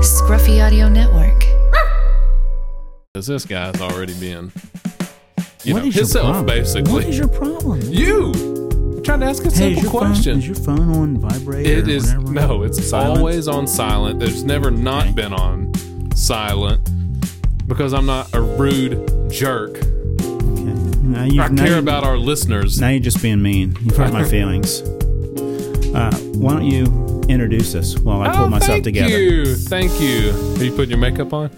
Scruffy Audio Network. Because this guy's already been, you What know, is your himself problem? basically. What is your problem? you? I'm trying to ask a hey, is simple your, phone, question. is your phone on vibrate? It or is whatever? no, it's Silence? always on silent. There's never not Okay. been on silent because I'm not a rude jerk. Okay. Now you, I now care you- about our listeners. Now you're just being mean. You've hurt my feelings. Uh, why don't you introduce us while I pull Oh, myself thank together? you, thank you. Are you putting your makeup on?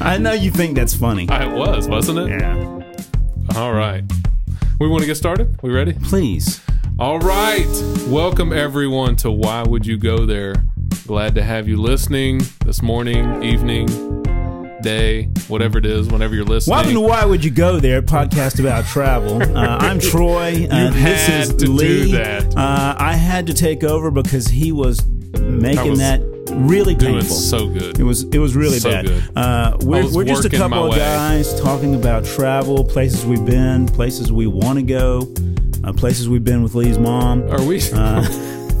I know you think that's funny. I was, wasn't it? yeah. All right. We want to get started. We ready? Please. All right. Welcome everyone to Why Would You Go There? Glad to have you listening this morning, evening, day, whatever it is, whenever you're listening. Welcome to Why Would You Go There, podcast about travel. Uh, I'm Troy. Uh, You this had is to do Lee. that. Uh, I had to take over because he was making was that really doing painful. so It good. was it was really So bad. good. Uh, I we're was we're just a working my couple of way. guys talking about travel, places we've been, places we want to go, uh, places we've been with Lee's mom. Are we? Uh.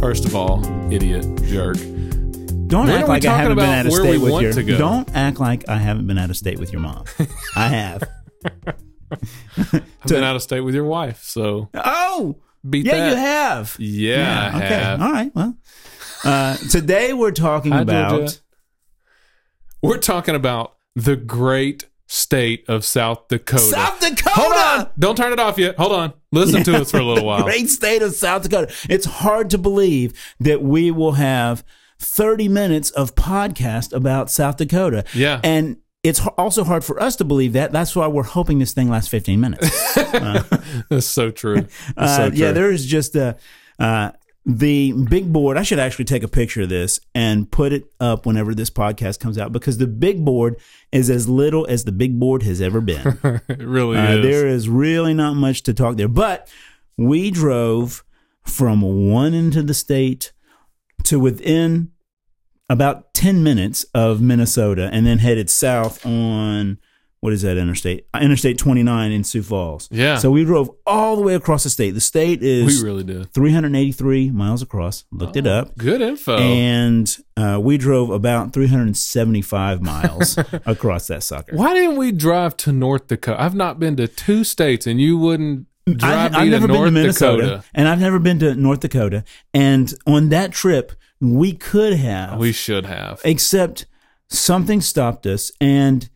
first of all, idiot, jerk. Don't When are act we like I talking haven't been about out of where we state with want your. to go? Don't act like I haven't been out of state with your mom. I have. I've been out of state with your wife, so Oh, beat yeah, that. you have. Yeah, I okay. have. All right. Well, uh, today we're talking I do do about it. We're talking about the great state of South Dakota. South Dakota. Hold on. Don't turn it off yet. Hold on. Listen to us for a little while. Great state of South Dakota. It's hard to believe that we will have 30 minutes of podcast about South Dakota. Yeah. And it's h- also hard for us to believe that. That's why we're hoping this thing lasts 15 minutes. That's so true. That's so Uh, true. yeah, there is just a, uh, the big board. I should actually take a picture of this and put it up whenever this podcast comes out because the big board is as little as the big board has ever been. it really Uh, is. There is really not much to talk there. But we drove from one end of the state to within about 10 minutes of Minnesota and then headed south on. What is that interstate? Uh, Interstate 29 in Sioux Falls. Yeah. So we drove all the way across the state. The state we is really Oh, did. 383 miles across. Looked it up. Good info. And uh, we drove about 375 miles across that sucker. Why didn't we drive to North Dakota? I've not been to two states, and you wouldn't drive I've me never to North been to Minnesota, Dakota. and I've never been to North Dakota. And on that trip, we could have, We should have. except something stopped us, and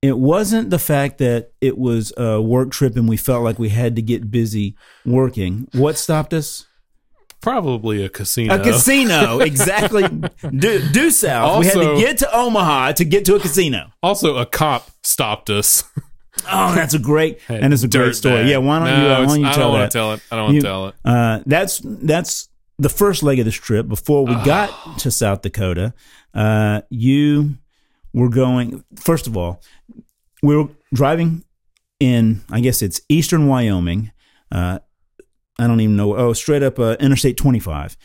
it wasn't the fact that it was a work trip, and we felt like we had to get busy working. What stopped us? Probably a casino. A casino, exactly. due, due south, we had Also- to get to Omaha to get to a casino. Also, a cop stopped us. Oh, that's a great and it's a Dirt great story. bag. Yeah, why don't No, you? uh, Why it's- don't you I tell don't wanna that? tell it. I don't want You- to tell it. Uh, that's that's the first leg of this trip. Before Ah. we got to South Dakota, uh, you were going. First of all, we were driving in. I guess it's eastern Wyoming. Uh, I don't even know. Oh, straight up uh, Interstate 25,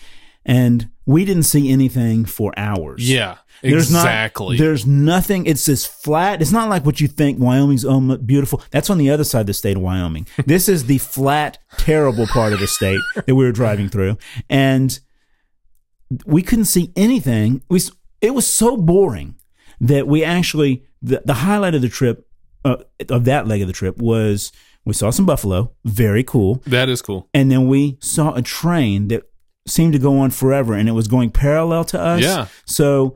and we didn't see anything for hours. Yeah, There's not- exactly. there's nothing. It's this flat. It's not like what you think. Wyoming's um, beautiful. That's on the other side of the state of Wyoming. this is the flat, terrible part of the state that we were driving through, and we couldn't see anything. We s- it was so boring that we actually the, the highlight of the trip uh, of that leg of the trip was we saw some buffalo. Very cool that is cool. and then we saw a train that seemed to go on forever and it was going parallel to us. Yeah. So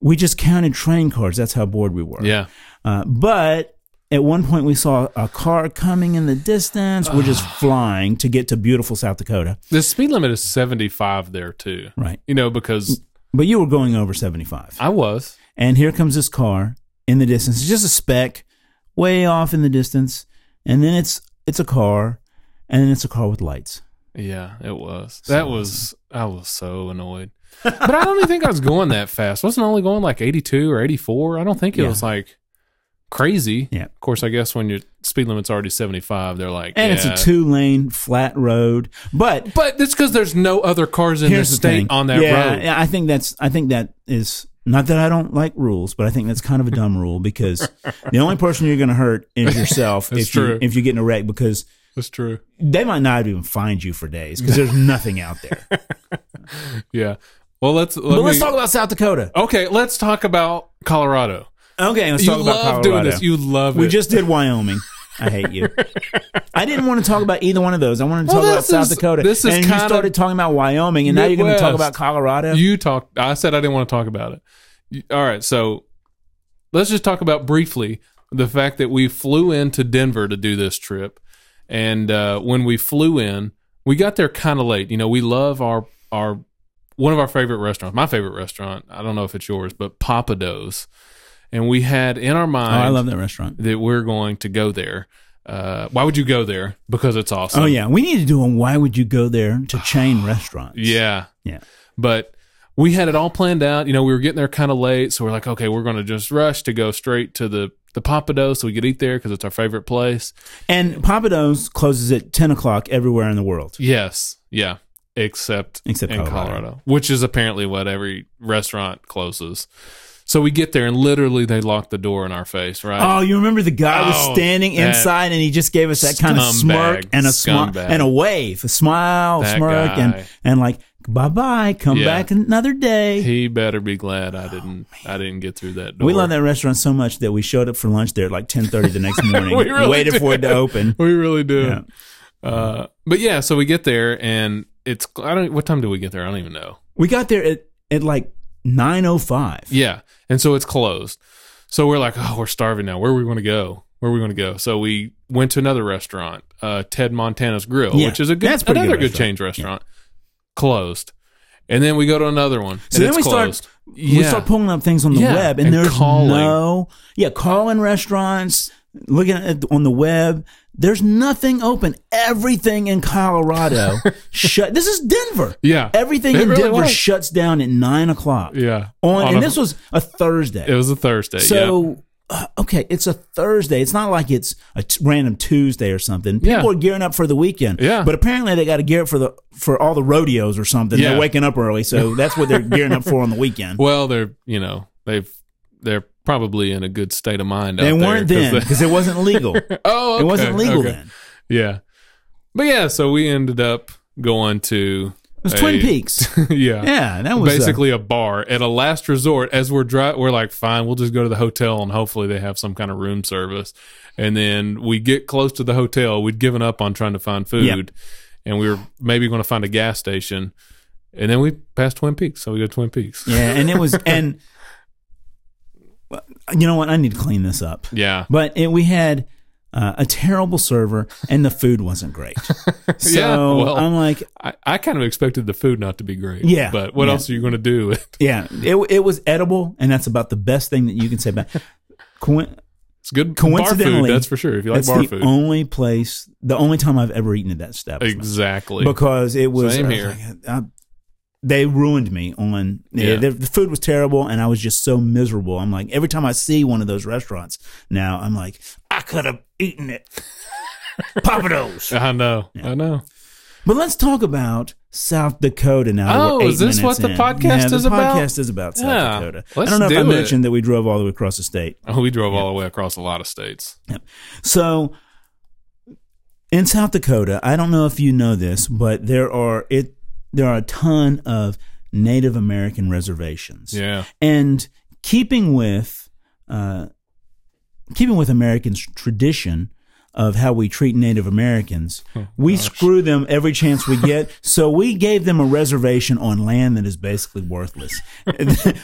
we just counted train cars. That's how bored we were. Yeah, Uh, but at one point we saw a car coming in the distance. We're just flying to get to beautiful South Dakota. the speed limit is seventy five there too. Right. You know because But you were going over 75. I was. And here comes this car in the distance. It's just a speck way off in the distance. And then it's it's a car and then it's a car with lights. Yeah, it was. That was. I was so annoyed. but I don't even think I was going that fast. Wasn't I only going like eighty two or eighty four. I don't think it Yeah. was like crazy. Yeah. Of course, I guess when your speed limit's already seventy five, they're like, And yeah. it's a two lane flat road. But But that's because there's no other cars in the state thing. on that yeah, road. yeah, I think that's I think that is not that I don't like rules, but I think that's kind of a dumb rule because the only person you're going to hurt is yourself That's if you true. if you get in a wreck because That's true. they might not even find you for days because there's nothing out there. Yeah. Well, let's. Let but let's me- talk about South Dakota. Okay, let's talk about Colorado. Okay, let's you talk about love Colorado. doing this. You love we it. just did Wyoming. I hate you. I didn't want to talk about either one of those. I wanted to Well, talk about this South is- Dakota. this is and you kinda started talking about Wyoming, and now you're going to talk Midwest. about Colorado. you talked. I said I didn't want to talk about it. You- All right, so let's just talk about briefly the fact that we flew into Denver to do this trip, and uh, when we flew in, we got there kind of late. You know, we love our our one of our favorite restaurants, my favorite restaurant. I don't know if it's yours, but Papa Do's, and we had in our oh, mind. I love that restaurant. that we're going to go there. Uh, why would you go there? Because it's awesome. Oh yeah, we need to do a why would you go there to chain restaurants? Yeah. Yeah. But we had it all planned out. You know, we were getting there kind of late. So we're like, okay, we're going to just rush to go straight to the, the Papa Do's so we could eat there because it's our favorite place. And Papa Do's closes at ten o'clock everywhere in the world. Yes. Yeah. Except, Except in Colorado. Colorado. which is apparently what every restaurant closes. So we get there and literally they lock the door in our face, right? Oh, you remember the guy was Oh, standing that inside, and he just gave us that kind of scumbag, smirk and a smile scumbag. and a wave, a smile, That smirk, guy. and and like bye bye, come Yeah. back another day. He better be glad I didn't. I didn't get through that door. Oh, We love that restaurant so much that we showed up for lunch there at like ten thirty the next morning. We really waited for it to did. open. We really do. Yeah. Uh, but yeah, so we get there and it's I don't what time do we get there? I don't even know. We got there at at like nine oh five. Yeah. And so it's closed. So we're like, oh, we're starving now. Where are we going to go? Where are we going to go? So we went to another restaurant, uh, Ted Montana's Grill, Yeah, which is a good that's pretty another good good, restaurant. change restaurant. Closed. And then we go to another one. So then and we it's start closed. we start pulling up things on the Yeah, web, and, and there's calling. no yeah calling restaurants, looking at on the web. There's nothing open. Everything in Colorado shut. This is Denver. Yeah. Everything It in really Denver was. shuts down at nine o'clock. Yeah. On, and a- this was a Thursday. it was a Thursday. yeah. So, uh, okay, it's a Thursday. It's not like it's a t- random Tuesday or something. People Yeah. are gearing up for the weekend. Yeah. But apparently they got to gear up for the for all the rodeos or something. Yeah. They're waking up early, so that's what they're gearing up for on the weekend. Well, they're you know they've they're probably in a good state of mind. they out there weren't 'cause then they- because it wasn't legal. oh, It wasn't okay, legal okay. then. Yeah, but yeah, so we ended up going to It was a- Twin Peaks. yeah, Yeah, that was uh, basically a bar at a last resort. As we're dri- we're like, fine, we'll just go to the hotel and hopefully they have some kind of room service. And then we get close to the hotel. We'd given up on trying to find food, and we were maybe going to find a gas station. And then we passed Twin Peaks, so we go to Twin Peaks. yeah, and it was and well, you know what? I need to clean this up. Yeah, But it, we had uh, a terrible server, and the food wasn't great. So Yeah, well- I'm like, I, I kind of expected the food not to be great. Yeah. But what Yeah. else are you going to do? yeah, it it was edible, and that's about the best thing that you can say about. Coin- it's good bar Coincidentally, food, that's for sure. If you like that's bar the food. only place, the only time I've ever eaten at that establishment. exactly. because it was Same I was here. like, I- they ruined me on yeah, Yeah. the, the food was terrible and I was just so miserable. I'm like every time I see one of those restaurants now, I'm like I could have eaten it. Papados. I know. I know. but let's talk about South Dakota now. that Oh, we're eight is this minutes what the in. podcast yeah, the is about? podcast is about South Yeah, Dakota. I let's don't know if do I it. mentioned that we drove all the way across the state. Oh, we drove all the way across a lot of states. So in South Dakota, I don't know if you know this, but there are it there are a ton of Native American reservations. Yeah. And keeping with uh, keeping with Americans tradition of how we treat Native Americans, we screw them every chance we get. so we gave them a reservation on land that is basically worthless.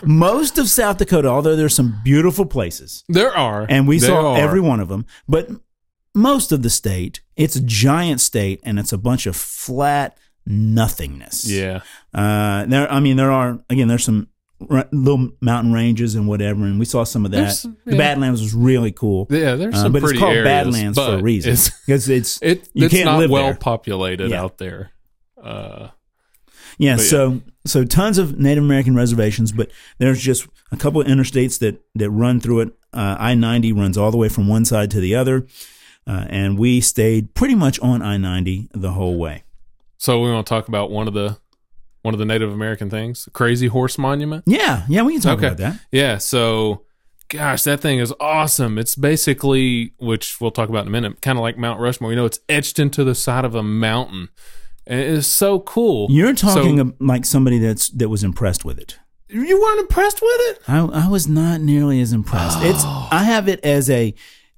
Most of South Dakota, although there's some beautiful places, There are. and we There saw are. every one of them. But most of the state, it's a giant state, and it's a bunch of flat nothingness. Yeah. Uh, there, I mean, there are again, there's some r- little mountain ranges and whatever, and we saw some of that. There's some- The yeah. Badlands was really cool. Yeah. There's Uh, some but pretty it's called areas, Badlands for a but reason It's, because it's it, you it's can't not live well there. populated Yeah. out there. Uh, Yeah, But yeah. so so tons of Native American reservations, but there's just a couple of interstates that that run through it. Uh, I ninety runs all the way from one side to the other, uh, and we stayed pretty much on I ninety the whole way. so we want to talk about one of the one of the Native American things, the Crazy Horse Monument. Yeah, yeah, we can talk about that. Yeah. So, gosh, that thing is awesome. It's basically, which we'll talk about in a minute, kind of like Mount Rushmore. You know, it's etched into the side of a mountain. And it's so cool. You're talking So- ab- like somebody that's that was impressed with it. you weren't impressed with it? I, I was not nearly as impressed. It's I have it as a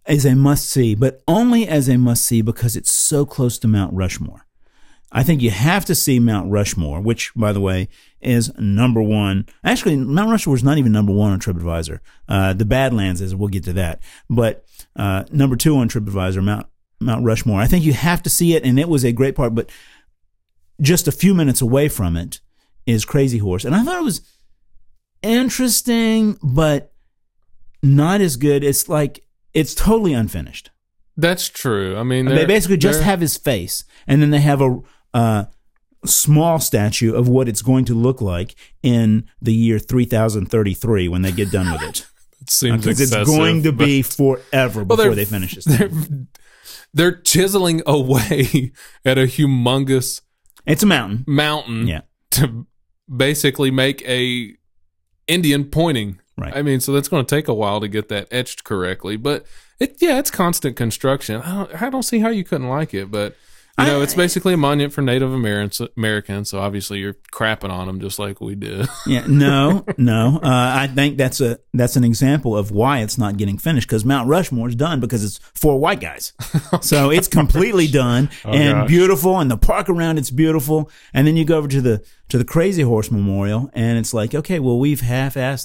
as a must see, but only as a must see because it's so close to Mount Rushmore. I think you have to see Mount Rushmore, which, by the way, is number one. Actually, Mount Rushmore is not even number one on TripAdvisor. Uh, the Badlands is. We'll get to that, but uh, number two on TripAdvisor, Mount Mount Rushmore. I think you have to see it, and it was a great part. But just a few minutes away from it is Crazy Horse, and I thought it was interesting, but not as good. It's like it's totally unfinished. That's true. I mean, they they're- basically just they're- have his face, and then they have a uh, small statue of what it's going to look like in the year 3033 when they get done with it. it seems Because it's excessive, going to but- be forever Well, they're- before they finish this. thing. They're chiseling away at a humongous It's a mountain. mountain Yeah. to basically make a Indian pointing. Right. I mean, so that's going to take a while to get that etched correctly, but it yeah, it's constant construction. I don't, I don't see how you couldn't like it, but you know, it's basically a monument for Native Americans. Americans, so obviously you're crapping on them just like we did. Yeah, no, no. Uh, I think that's a that's an example of why it's not getting finished because Mount Rushmore's done because it's four white guys, so it's completely done Oh, and gosh. beautiful, and the park around it's beautiful. And then you go over to the to the Crazy Horse Memorial, and it's like, okay, well we've half-assed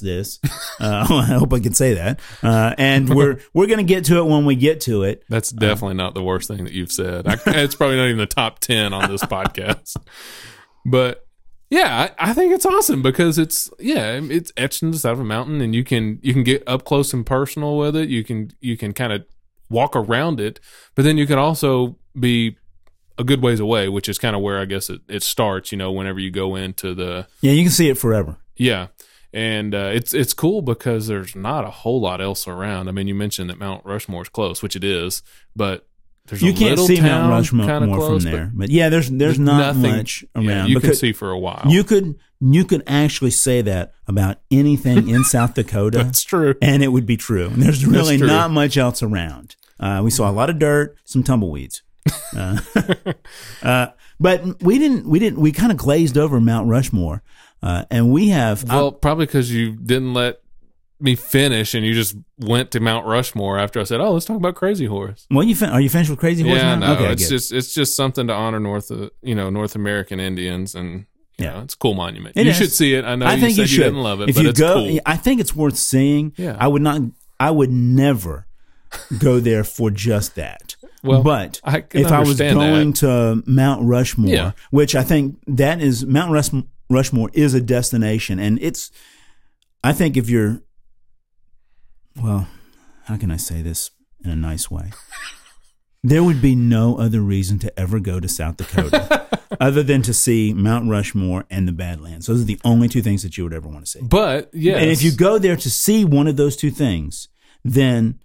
this. Uh, I hope I can say that. Uh, and we're we're gonna get to it when we get to it. That's definitely not the worst thing that you've said. I, it's probably not even the top 10 on this podcast. But yeah, I, I think it's awesome because it's yeah, it's etched in the side of a mountain and you can you can get up close and personal with it. You can you can kind of walk around it, but then you can also be a good ways away, which is kind of where I guess it, it starts, you know, whenever you go into the Yeah, you can see it forever. yeah. And uh, it's it's cool because there's not a whole lot else around. I mean, you mentioned that Mount Rushmore's close, which it is, but there's You a can't little see town Mount Rushmore kinda from close, but there, but, yeah, there's there's not nothing- much yeah, around. you can because- see for a while. You could you could actually say that about anything in South Dakota, That's true. and it would be true. And there's really true. not much else around. Uh, we saw a lot of dirt, some tumbleweeds, uh, uh, but we didn't. We didn't. We kind of glazed over Mount Rushmore, uh, and we have. I- Well, probably because you didn't let me finish, and you just went to Mount Rushmore after I said, "Oh, let's talk about Crazy Horse." well, you fin- are you finished with Crazy Horse? yeah, now? no, okay, I it's get it. just it's just something to honor North, uh, you know, North American Indians, and you Yeah. know, it's a cool monument. It you is. should see it. I know I you think said you you, should. didn't love it, if but you it's go, cool. I think it's worth seeing. Yeah. I would not. I would never go there for just that. Well, but I can if I was understand that. going to Mount Rushmore, Yeah. which I think that is Mount Rush, Rushmore is a destination, and it's. I think if you're, well, how can I say this in a nice way? There would be no other reason to ever go to South Dakota other than to see Mount Rushmore and the Badlands. Those are the only two things that you would ever want to see. But yeah, And if you go there to see one of those two things, then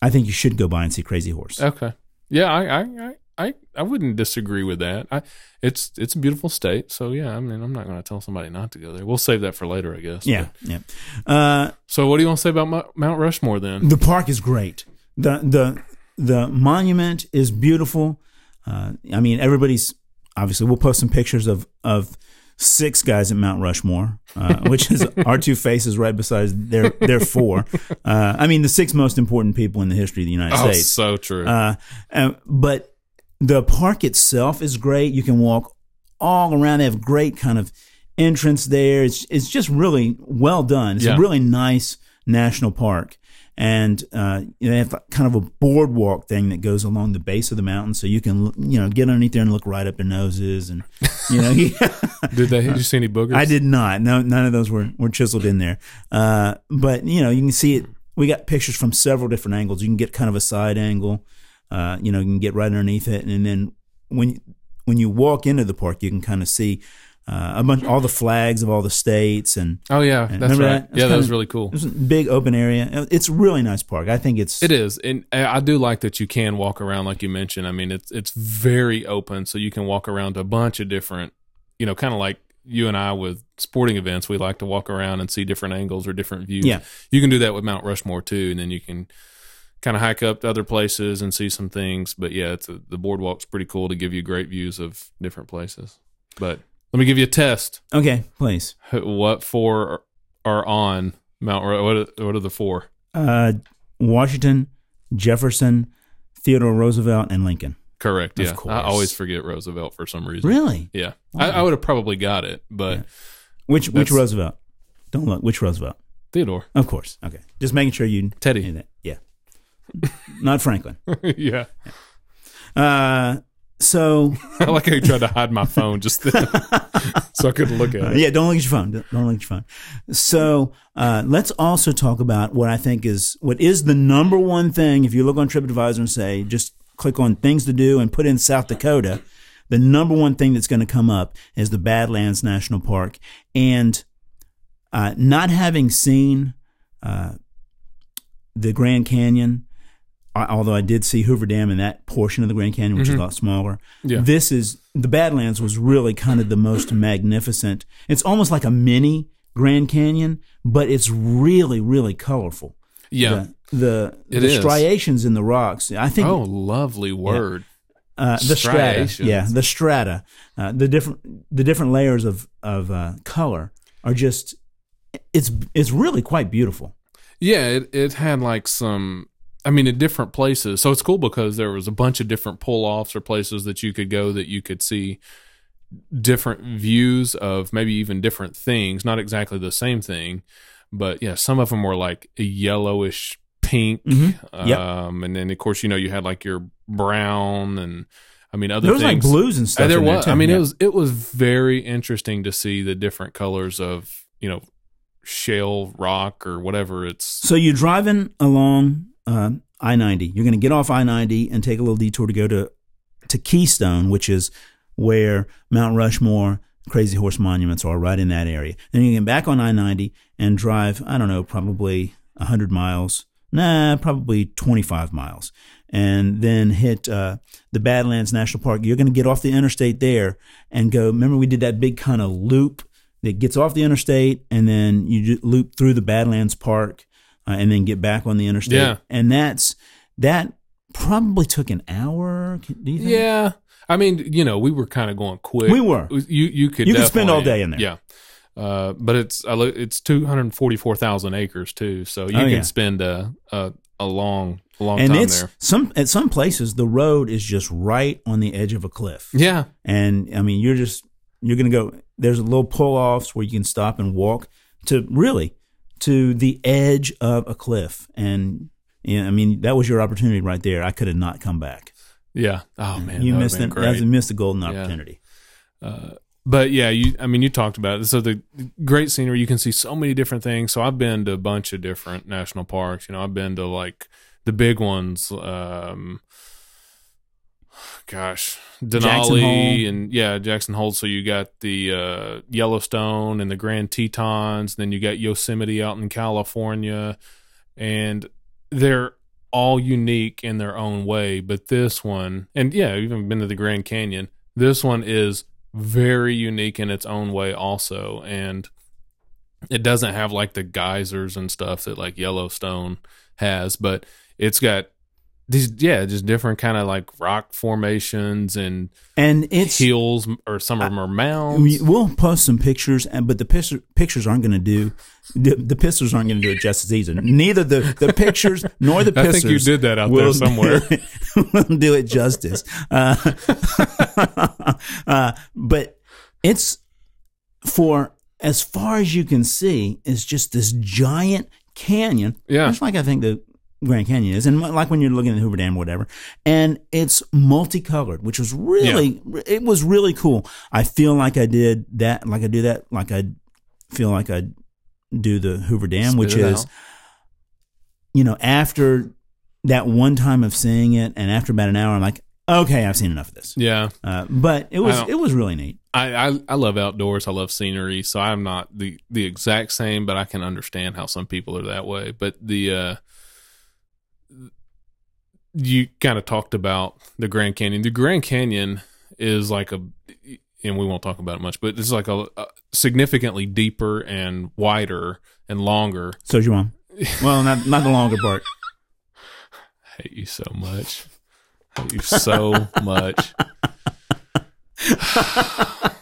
I think you should go by and see Crazy Horse. Okay. Yeah, I, I, I, I, I wouldn't disagree with that. I, it's, it's a beautiful state. So yeah, I mean, I'm not going to tell somebody not to go there. We'll save that for later, I guess. yeah, yeah. Uh, So what do you want to say about Mo- Mount Rushmore then? the park is great. the the The monument is beautiful. Uh, I mean, everybody's obviously. We'll post some pictures of of six guys at Mount Rushmore, uh, which is our two faces right beside their their four. Uh, I mean, the six most important people in the history of the United Oh, States. so true. Uh, uh, but the park itself is great. You can walk all around. They have great kind of entrance there. It's it's just really well done. It's Yeah. a really nice national park. And uh, you know, they have kind of a boardwalk thing that goes along the base of the mountain, so you can you know get underneath there and look right up their noses, and you know Did they? Did you see any boogers? uh, I did not. No, none of those were, were chiseled in there. Uh, but you know, you can see it. We got pictures from several different angles. You can get kind of a side angle. Uh, you know, you can get right underneath it, and then when when you walk into the park, you can kind of see uh, a bunch all the flags of all the states, and Oh yeah, that's Remember right. that? That's yeah, that was kinda- really cool. it's a big open area. It's a really nice park. I think it's It is, and I I do like that you can walk around, like you mentioned. I mean, it's it's very open, so you can walk around a bunch of different, you know, kind of like you and I with sporting events. We like to walk around and see different angles or different views. Yeah. you can do that with Mount Rushmore too, and then you can, kind of hike up to other places and see some things. But yeah, it's a, the boardwalk's pretty cool to give you great views of different places. But let me give you a test. Okay, please. What four are- are on Mount? Ro- What are, what are the four? Uh, Washington, Jefferson, Theodore Roosevelt, and Lincoln. Correct. Of Yeah, course. I always forget Roosevelt for some reason. Really? Yeah, I, I would have probably got it, but Which which That's- Roosevelt? Don't look. Which Roosevelt? Theodore, Of course. Okay. Just making sure you knew Teddy. that. Yeah. Not Franklin. yeah, Uh, so I like how you tried to hide my phone just then, so I couldn't look Uh, at it. yeah, don't look at your phone. Don't don't look at your phone. So uh, let's also talk about what I think is what is the number one thing. If you look on TripAdvisor and say just click on things to do and put in South Dakota, the number one thing that's going to come up is the Badlands National Park. And uh, not having seen uh, the Grand Canyon, I- although I did see Hoover Dam and that portion of the Grand Canyon, which is a lot smaller. Mm-hmm. Yeah. This is the Badlands was really kind of the most magnificent. It's almost like a mini Grand Canyon, but it's really, really colorful. Yeah. The, the, It the is. striations in the rocks. I think Oh, lovely word. uh, the strata, Striations. yeah, the strata, uh, the different the different layers of of uh, color are just it's it's really quite beautiful. Yeah, it, it had like some, I mean, in different places. So it's cool because there was a bunch of different pull offs or places that you could go that you could see different views of maybe even different things, not exactly the same thing. But yeah, some of them were like a yellowish pink. Mhm. Yep. Um, and then, of course, you know, you had like your brown and I mean, other There was like things. blues and Uh, stuff. there in was. too, I mean, yeah. it was it was very interesting to see the different colors of you know shale rock or whatever it's So you're driving along uh, I 90. You're going to get off I 90 and take a little detour to go to, to Keystone, which is where Mount Rushmore, Crazy Horse Monuments are right in that area. Then you get back on I 90 and drive, I don't know, probably 100 miles. Nah, probably 25 miles. And then hit uh, the Badlands National Park. You're going to get off the interstate there and go. Remember, we did that big kind of loop that gets off the interstate and then you ju- loop through the Badlands Park uh, and then get back on the interstate. Yeah. And that's that probably took an hour. Can- Do you think? Yeah, I mean, you know, we were kind of going quick. We were. You you could You could spend definitely- all day in there. Yeah, uh, but it's I look, it's two hundred forty four thousand acres too, so you Oh, can yeah. spend a a, a long a long and time it's there. some at some places the road is just right on the edge of a cliff Yeah, and i mean you're just you're gonna go there's little pull-offs where you can stop and walk to really to the edge of a cliff and yeah, I mean that was your opportunity right there. I could have not come back. yeah. Oh man, you that would've missed been an, great. you missed a golden opportunity. but yeah, you I mean you talked about it. So the great scenery, you can see so many different things. So I've been to a bunch of different national parks. You know, I've been to like the big ones. Um, gosh, Jackson Hole. Denali and yeah, Jackson Hole. So you got the uh, Yellowstone and the Grand Tetons. Then you got Yosemite out in California, and they're all unique in their own way. But this one, and yeah, I've even been to the Grand Canyon. This one is very unique in its own way, also. And it doesn't have like the geysers and stuff that like Yellowstone has, but it's got these, yeah, just different kind of like rock formations and And it's hills, or some of them are mounds. we- we'll post some pictures, and but the picture, pictures aren't going to do the, the pictures aren't going to do it justice either. Neither the, the pictures nor the I pictures. think you did that out there will somewhere. Do it, will do it justice. Uh, uh, but it's for as far as you can see, is just this giant canyon. Yeah. Just like I think the Grand Canyon is, and like when you're looking at the Hoover Dam or whatever, and it's multicolored, which was really, it was really cool. I feel like I did that, like I do that, like I feel like I do the Hoover Dam, which Spit it is out. you know, after that one time of seeing it, and after about an hour, I'm like, okay, I've seen enough of this. yeah. Uh, but it was don't- it was really neat. I, I I love outdoors. I love scenery. So I'm not the the exact same, but I can understand how some people are that way. But the uh you kind of talked about the Grand Canyon. The Grand Canyon is like a and we won't talk about it much, but it's like a, a significantly deeper and wider and longer. So is your mom. Well, not not the longer part. hate you so much. I hate you so much.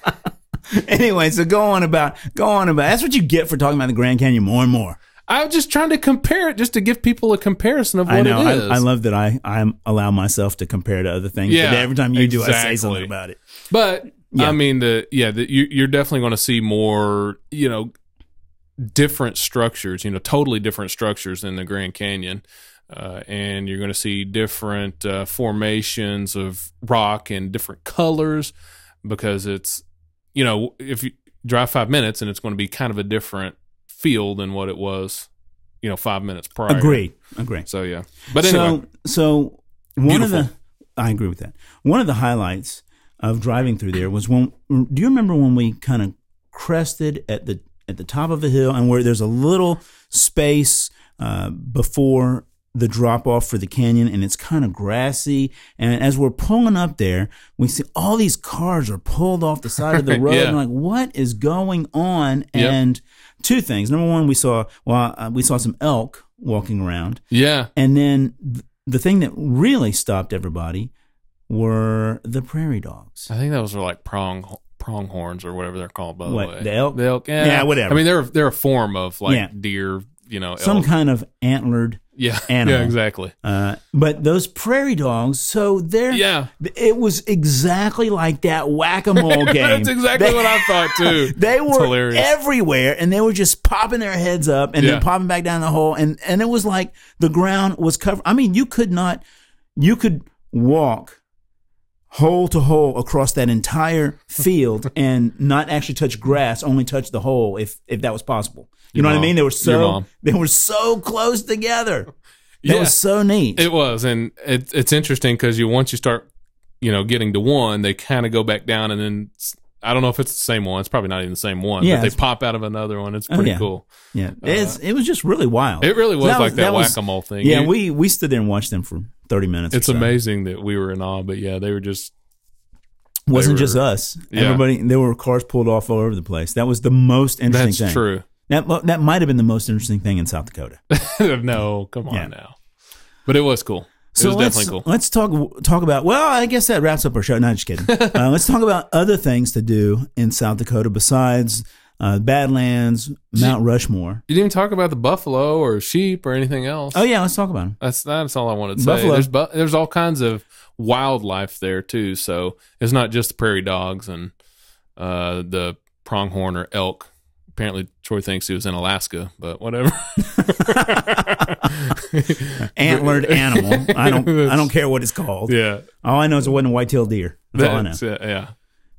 Anyway, so go on about, go on about. That's what you get for talking about the Grand Canyon more and more. I'm just trying to compare it just to give people a comparison of what I know. it is. I, I love that I I allow myself to compare to other things. Yeah, but every time you do, I say exactly. something about it. But Yeah. I mean, the yeah, the, you, you're definitely going to see more, you know, different structures. You know, totally different structures in the Grand Canyon, uh, and you're going to see different uh, formations of rock and different colors because it's, you know, if you drive five minutes and it's going to be kind of a different feel than what it was, you know, five minutes prior. Agree, agree. So yeah, but anyway, so so one of the Beautiful. I agree with that. One of the highlights of driving through there was when. Do you remember when we kind of crested at the at the top of a hill and where there's a little space uh, before the drop off for the canyon and it's kind of grassy and as we're pulling up there we see all these cars are pulled off the side of the road Yeah. and like what is going on Yep. and two things number one we saw well uh, we saw some elk walking around yeah, and then th- the thing that really stopped everybody were the prairie dogs. I think those are like prong pronghorns or whatever they're called. By What, the way, the elk? The elk, yeah. Yeah, whatever. I mean, they're they're a form of like Yeah. deer, you know, elk. Some kind of antlered. yeah, animal. yeah, exactly. Uh, but those prairie dogs, so they're. Yeah, It was exactly like that whack a mole game. that's exactly They- what I thought too. They It's were hilarious. everywhere, and they were just popping their heads up and Yeah. then popping back down the hole, and and it was like the ground was covered. I mean, you could not, you could walk hole to hole across that entire field and not actually touch grass, only touch the hole if if that was possible. You Your know what mom. I mean? They were Your so mom. they were so close together. That Yeah. was so neat. It was, and it, it's interesting because you once you start, you know, getting to one, they kind of go back down, and then s- I don't know if it's the same one. It's probably not even the same one. Yeah, but they it's- Oh, pop out of another one. It's pretty yeah. cool. yeah, it's, it was just really wild. Uh, It really was That like that, was- whack-a-mole thing. Yeah, You- we we stood there and watched them for thirty minutes. or It's so. amazing that we were in awe, but yeah, they were just wasn't They were- just us. Yeah. Everybody, there were cars pulled off all over the place. That was the most interesting that's thing. true. That well, that might have been the most interesting thing in South Dakota. no, come on Yeah. now. But it was cool. it was let's, definitely cool. Let's talk talk about. Well, I guess that wraps up our show. No, just kidding. uh, let's talk about other things to do in South Dakota besides uh, Badlands, Mount Rushmore. You didn't even talk about the buffalo or sheep or anything else. Oh yeah, let's talk about them. That's that's all I wanted to say. Buffalo. There's bu- there's all kinds of wildlife there too, so it's not just the prairie dogs and uh, the pronghorn or elk. Apparently, Troy thinks he was in Alaska, but whatever. Antlered animal. I don't. I don't care what it's called. yeah, All I know is it wasn't a white-tailed deer. That's, all I know. that's, uh, yeah,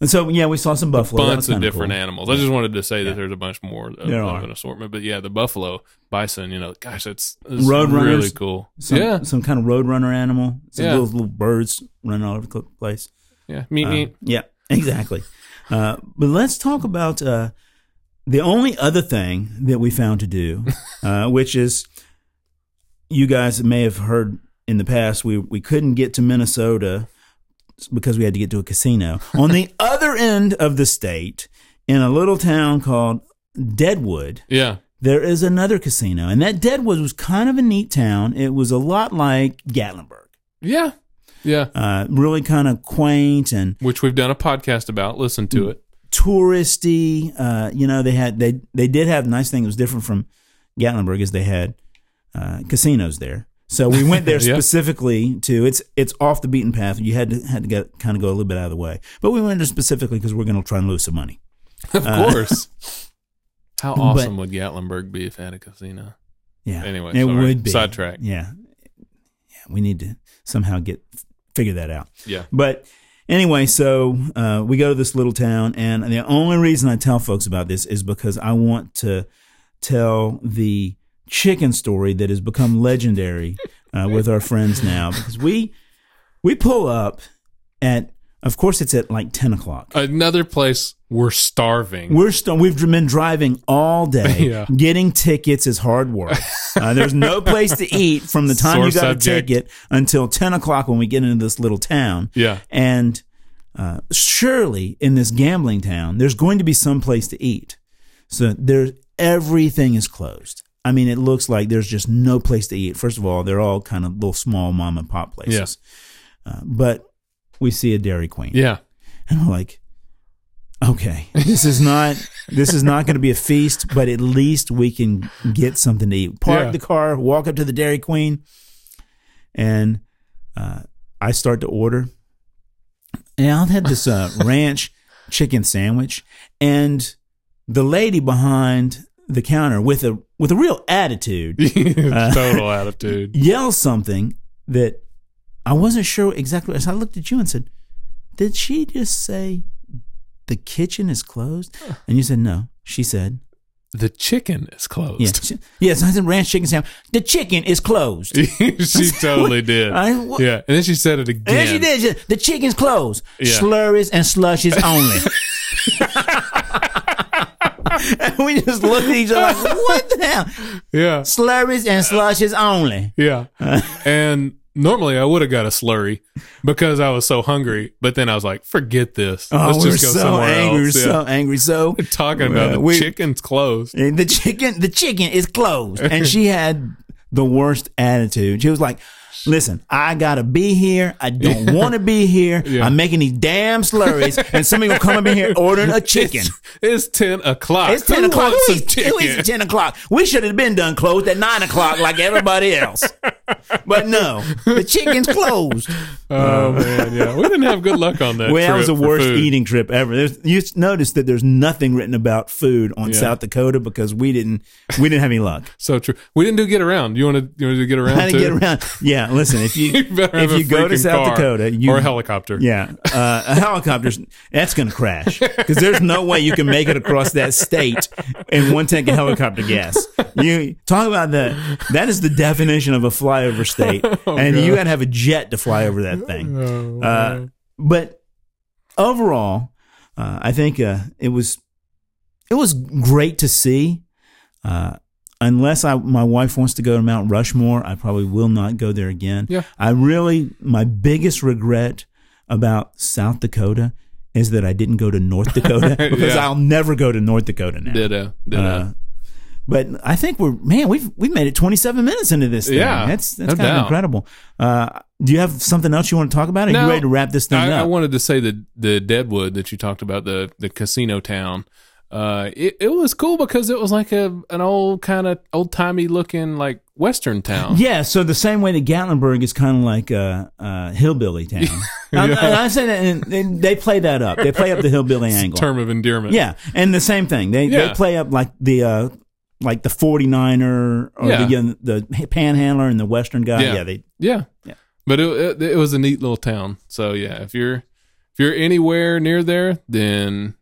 And so yeah, we saw some buffalo. That was bunch of kinda different cool. animals. I just wanted to say that there's a bunch more of, There of are. an assortment, but yeah, the buffalo, bison. You know, gosh, that's, that's Road really runners. cool. some, yeah, some kind of roadrunner animal. Some Yeah. little, little birds running all over the place. Um, yeah, Um, meat, meat. Yeah, exactly. Uh, but let's talk about uh, the only other thing that we found to do, uh, which is you guys may have heard in the past we we couldn't get to Minnesota because we had to get to a casino on the other end of the state in a little town called Deadwood Yeah, there is another casino, and that Deadwood was kind of a neat town. It was a lot like Gatlinburg, yeah, yeah. uh, really kind of quaint and Which we've done a podcast about. Listen Mm. to it. touristy. Uh, you know, they had they they did have a nice thing that was different from Gatlinburg is they had uh, casinos there. So we went there Yeah. specifically to it's it's off the beaten path. You had to had to get kind of go a little bit out of the way, but we went there specifically because we're going to try and lose some money. Of course. How Uh, But- awesome would Gatlinburg be if it had a casino? Yeah. Anyway, it sorry. would be Sidetrack. Yeah. Yeah, we need to somehow get figure that out. Yeah. But anyway, so uh, we go to this little town, and the only reason I tell folks about this is because I want to tell the chicken story that has become legendary uh, with our friends now because we we pull up at of course it's at like ten o'clock. Another place we're starving. We're st- we've been driving all day. Yeah. Getting tickets is hard work. Uh, there's no place to eat from the time Sore you got subject. a ticket until ten o'clock when we get into this little town. yeah. And uh, surely in this gambling town, there's going to be some place to eat. So there, everything is closed. I mean, it looks like there's just no place to eat. First of all, they're all kind of little small mom and pop places. Uh, but we see a Dairy Queen, Yeah. and we're like, okay, this is not this is not going to be a feast, but at least we can get something to eat. Park Yeah. the car, walk up to the Dairy Queen, and uh, I start to order. And I had this uh, ranch chicken sandwich, and the lady behind the counter with a with a real attitude Uh, Total attitude. yell something that I wasn't sure exactly. As I looked at you and said, "Did she just say the kitchen is closed?" And you said, "No." She said, The chicken is closed. "Yes, she- yes." I said, "Ranch chicken sandwich. The chicken is closed." she totally did. I- what- yeah, and then she said it again. And then she did. She said, the chicken's closed. Yeah. Slurries and slushes only. and we just looked at each other like, what the hell? Yeah, Slurries and slushes only. yeah. Uh. and normally I would have got a slurry because I was so hungry, but then I was like, forget this. Oh, Let's we were just go so somewhere angry. We were else. Yeah. so angry. So Talking about Uh, the we- chicken's closed. And the chicken, the chicken is closed. And she had the worst attitude. She was like, listen, I gotta be here. I don't want to be here. Yeah. I'm making these damn slurries and somebody will come up in here ordering a chicken. It's, it's ten o'clock. It's 10 Who o'clock. wants Who some eats, who eats chicken? at 10 o'clock? We should have been done closed at 9 o'clock like everybody else. but no, the chicken's closed. Oh man, yeah. We didn't have good luck on that. Well, that was the trip for worst food. eating trip ever. There's, you s- notice that there's nothing written about food on Yeah. South Dakota because we didn't we didn't have any luck. So true. We didn't do get around. You want to? You want to get around? How to too? get around? Yeah, listen, if you, You better if have a you go to freaking South car Dakota, you or a helicopter. Yeah, uh, a helicopter's that's going to crash because there's no way you can make it across that state in one tank of helicopter gas. You talk about that. That is the definition of a flyover state, and you got to have a jet to fly over that thing. Oh, Uh, but overall, uh, I think uh, it was it was great to see. Uh, unless I my wife wants to go to Mount Rushmore, I probably will not go there again. Yeah. I really my biggest regret about South Dakota is that I didn't go to North Dakota because Yeah. I'll never go to North Dakota now. ditto, ditto. Uh, but I think we're man, we've we've made it 27 minutes into this. Thing. Yeah, that's that's no kind doubt. of incredible. Uh, do you have something else you want to talk about? Are No. you ready to wrap this thing I, up? I wanted to say the the Deadwood that you talked about the the casino town. Uh, it, it was cool because it was like a an old kind of old timey looking like western town. yeah, so the same way that Gatlinburg is kind of like a, a hillbilly town. I'm, I'm saying that, and, and they play that up. They play up the hillbilly angle. Term of endearment. Yeah, and the same thing. They Yeah. they play up like the uh, like the 49er or Yeah. the the panhandler and the western guy. Yeah. Yeah, they yeah, Yeah. But it, it it was a neat little town. So yeah, if you're if you're anywhere near there, then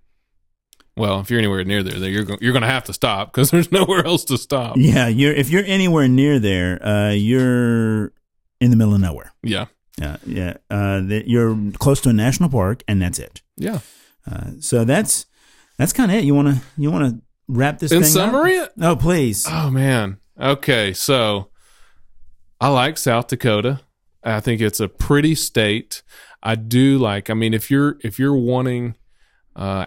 well, if you're anywhere near there, then you're go- you're gonna have to stop because there's nowhere else to stop. yeah. You're if you're anywhere near there, uh, you're in the middle of nowhere. Yeah, Yeah, yeah. Uh, that you're close to a national park, and that's it. yeah. Uh, so that's that's kind of it. You want to you want to wrap this In thing up? summary, Oh, please. Oh man. Okay, so I like South Dakota. I think it's a pretty state. I do like. I mean, if you're if you're wanting uh,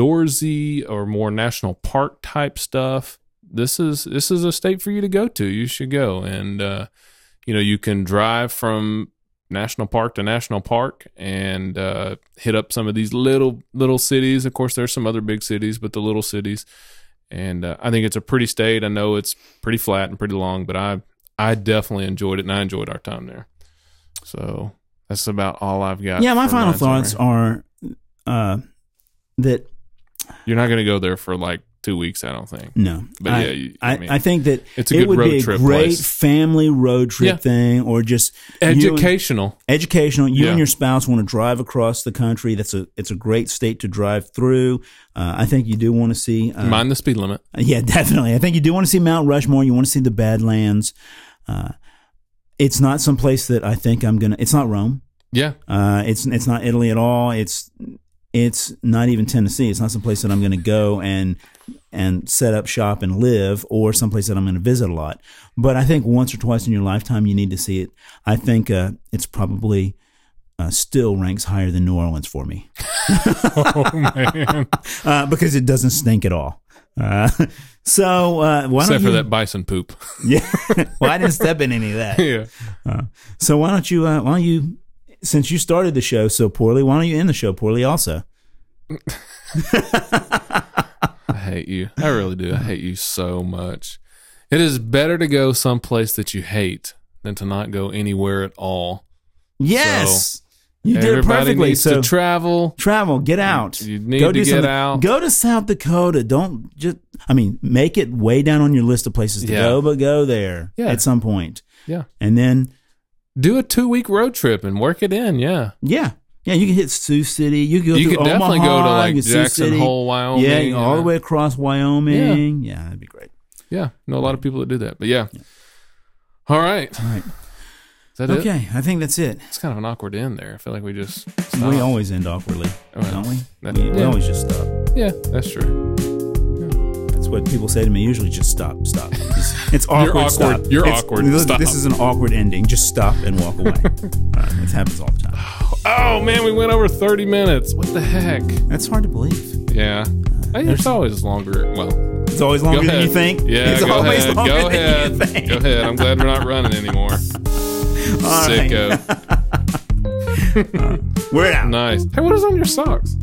outdoorsy or more national park type stuff, this is this is a state for you to go to. You should go, and uh, you know you can drive from national park to national park and uh, hit up some of these little little cities. Of course, there's some other big cities, but the little cities and uh, I think it's a pretty state. I know it's pretty flat and pretty long, but I I definitely enjoyed it, and I enjoyed our time there. So that's about all I've got. Yeah, my Uh, for final mine summary. thoughts are uh, that You're not going to go there for like two weeks, I don't think. no, But I, yeah, you- I I, mean, I think that it's a it good would road be a trip great place. family road trip Yeah. thing, or just you and- Educational, educational. You Yeah. and your spouse want to drive across the country. That's a it's a great state to drive through. Uh, I think you do want to see uh, mind the speed limit. Yeah, definitely. I think you do want to see Mount Rushmore. You want to see the Badlands. Uh, it's not someplace that I think I'm gonna. It's not Rome. Yeah, Uh, it's it's not Italy at all. It's it's not even Tennessee. It's not someplace that I'm gonna go and and set up shop and live, or someplace that I'm gonna visit a lot. But I think once or twice in your lifetime, you need to see it. I think uh, it's probably. Uh, still ranks higher than New Orleans for me oh man, uh, because it doesn't stink at all. Uh, so uh, why Except don't for you? that bison poop. Yeah. well, I didn't step in any of that. yeah. So why don't you? Uh, why don't you? Since you started the show so poorly, why don't you end the show poorly also? I hate you. I really do. I hate you so much. It is better to go someplace that you hate than to not go anywhere at all. Yes, you did it Everybody perfectly. needs So to travel. travel, get out. you need to do get something. out. Go to South Dakota. Don't just. I mean, make it way down on your list of places to Yeah. go, but go there Yeah. at some point, Yeah. and then Do a two week road trip and work it in. Yeah. yeah, yeah, you can hit Sioux City. You can go you through could definitely go to Omaha, like you can Sioux Jackson City. Hole, Wyoming. Yeah, you can go all the and- way across Wyoming. Yeah, that'd be great. Yeah. Know a lot of people that do that. But yeah. All right. All right. Is that it? Okay, I think that's it. It's kind of an awkward end there. I feel like we just We stopped. always end awkwardly, Alright. don't we? That- we, we yeah. always just stop. Yeah, that's true. That's what people say to me. Usually, just stop, stop. It's, it's awkward. awkward. Stop. You're It's- awkward. This, Stop. this is an awkward ending. Just stop and walk away. uh, it happens all the time. Oh man, we went over thirty minutes. What the heck? That's hard to believe. Yeah. I think it's always longer. Well, It's always longer than you think. Yeah, it's go always ahead. longer go than ahead. you think. Go ahead. I'm glad we're not running anymore. All right. Sicko. We're out. Nice. Hey, what is on your socks?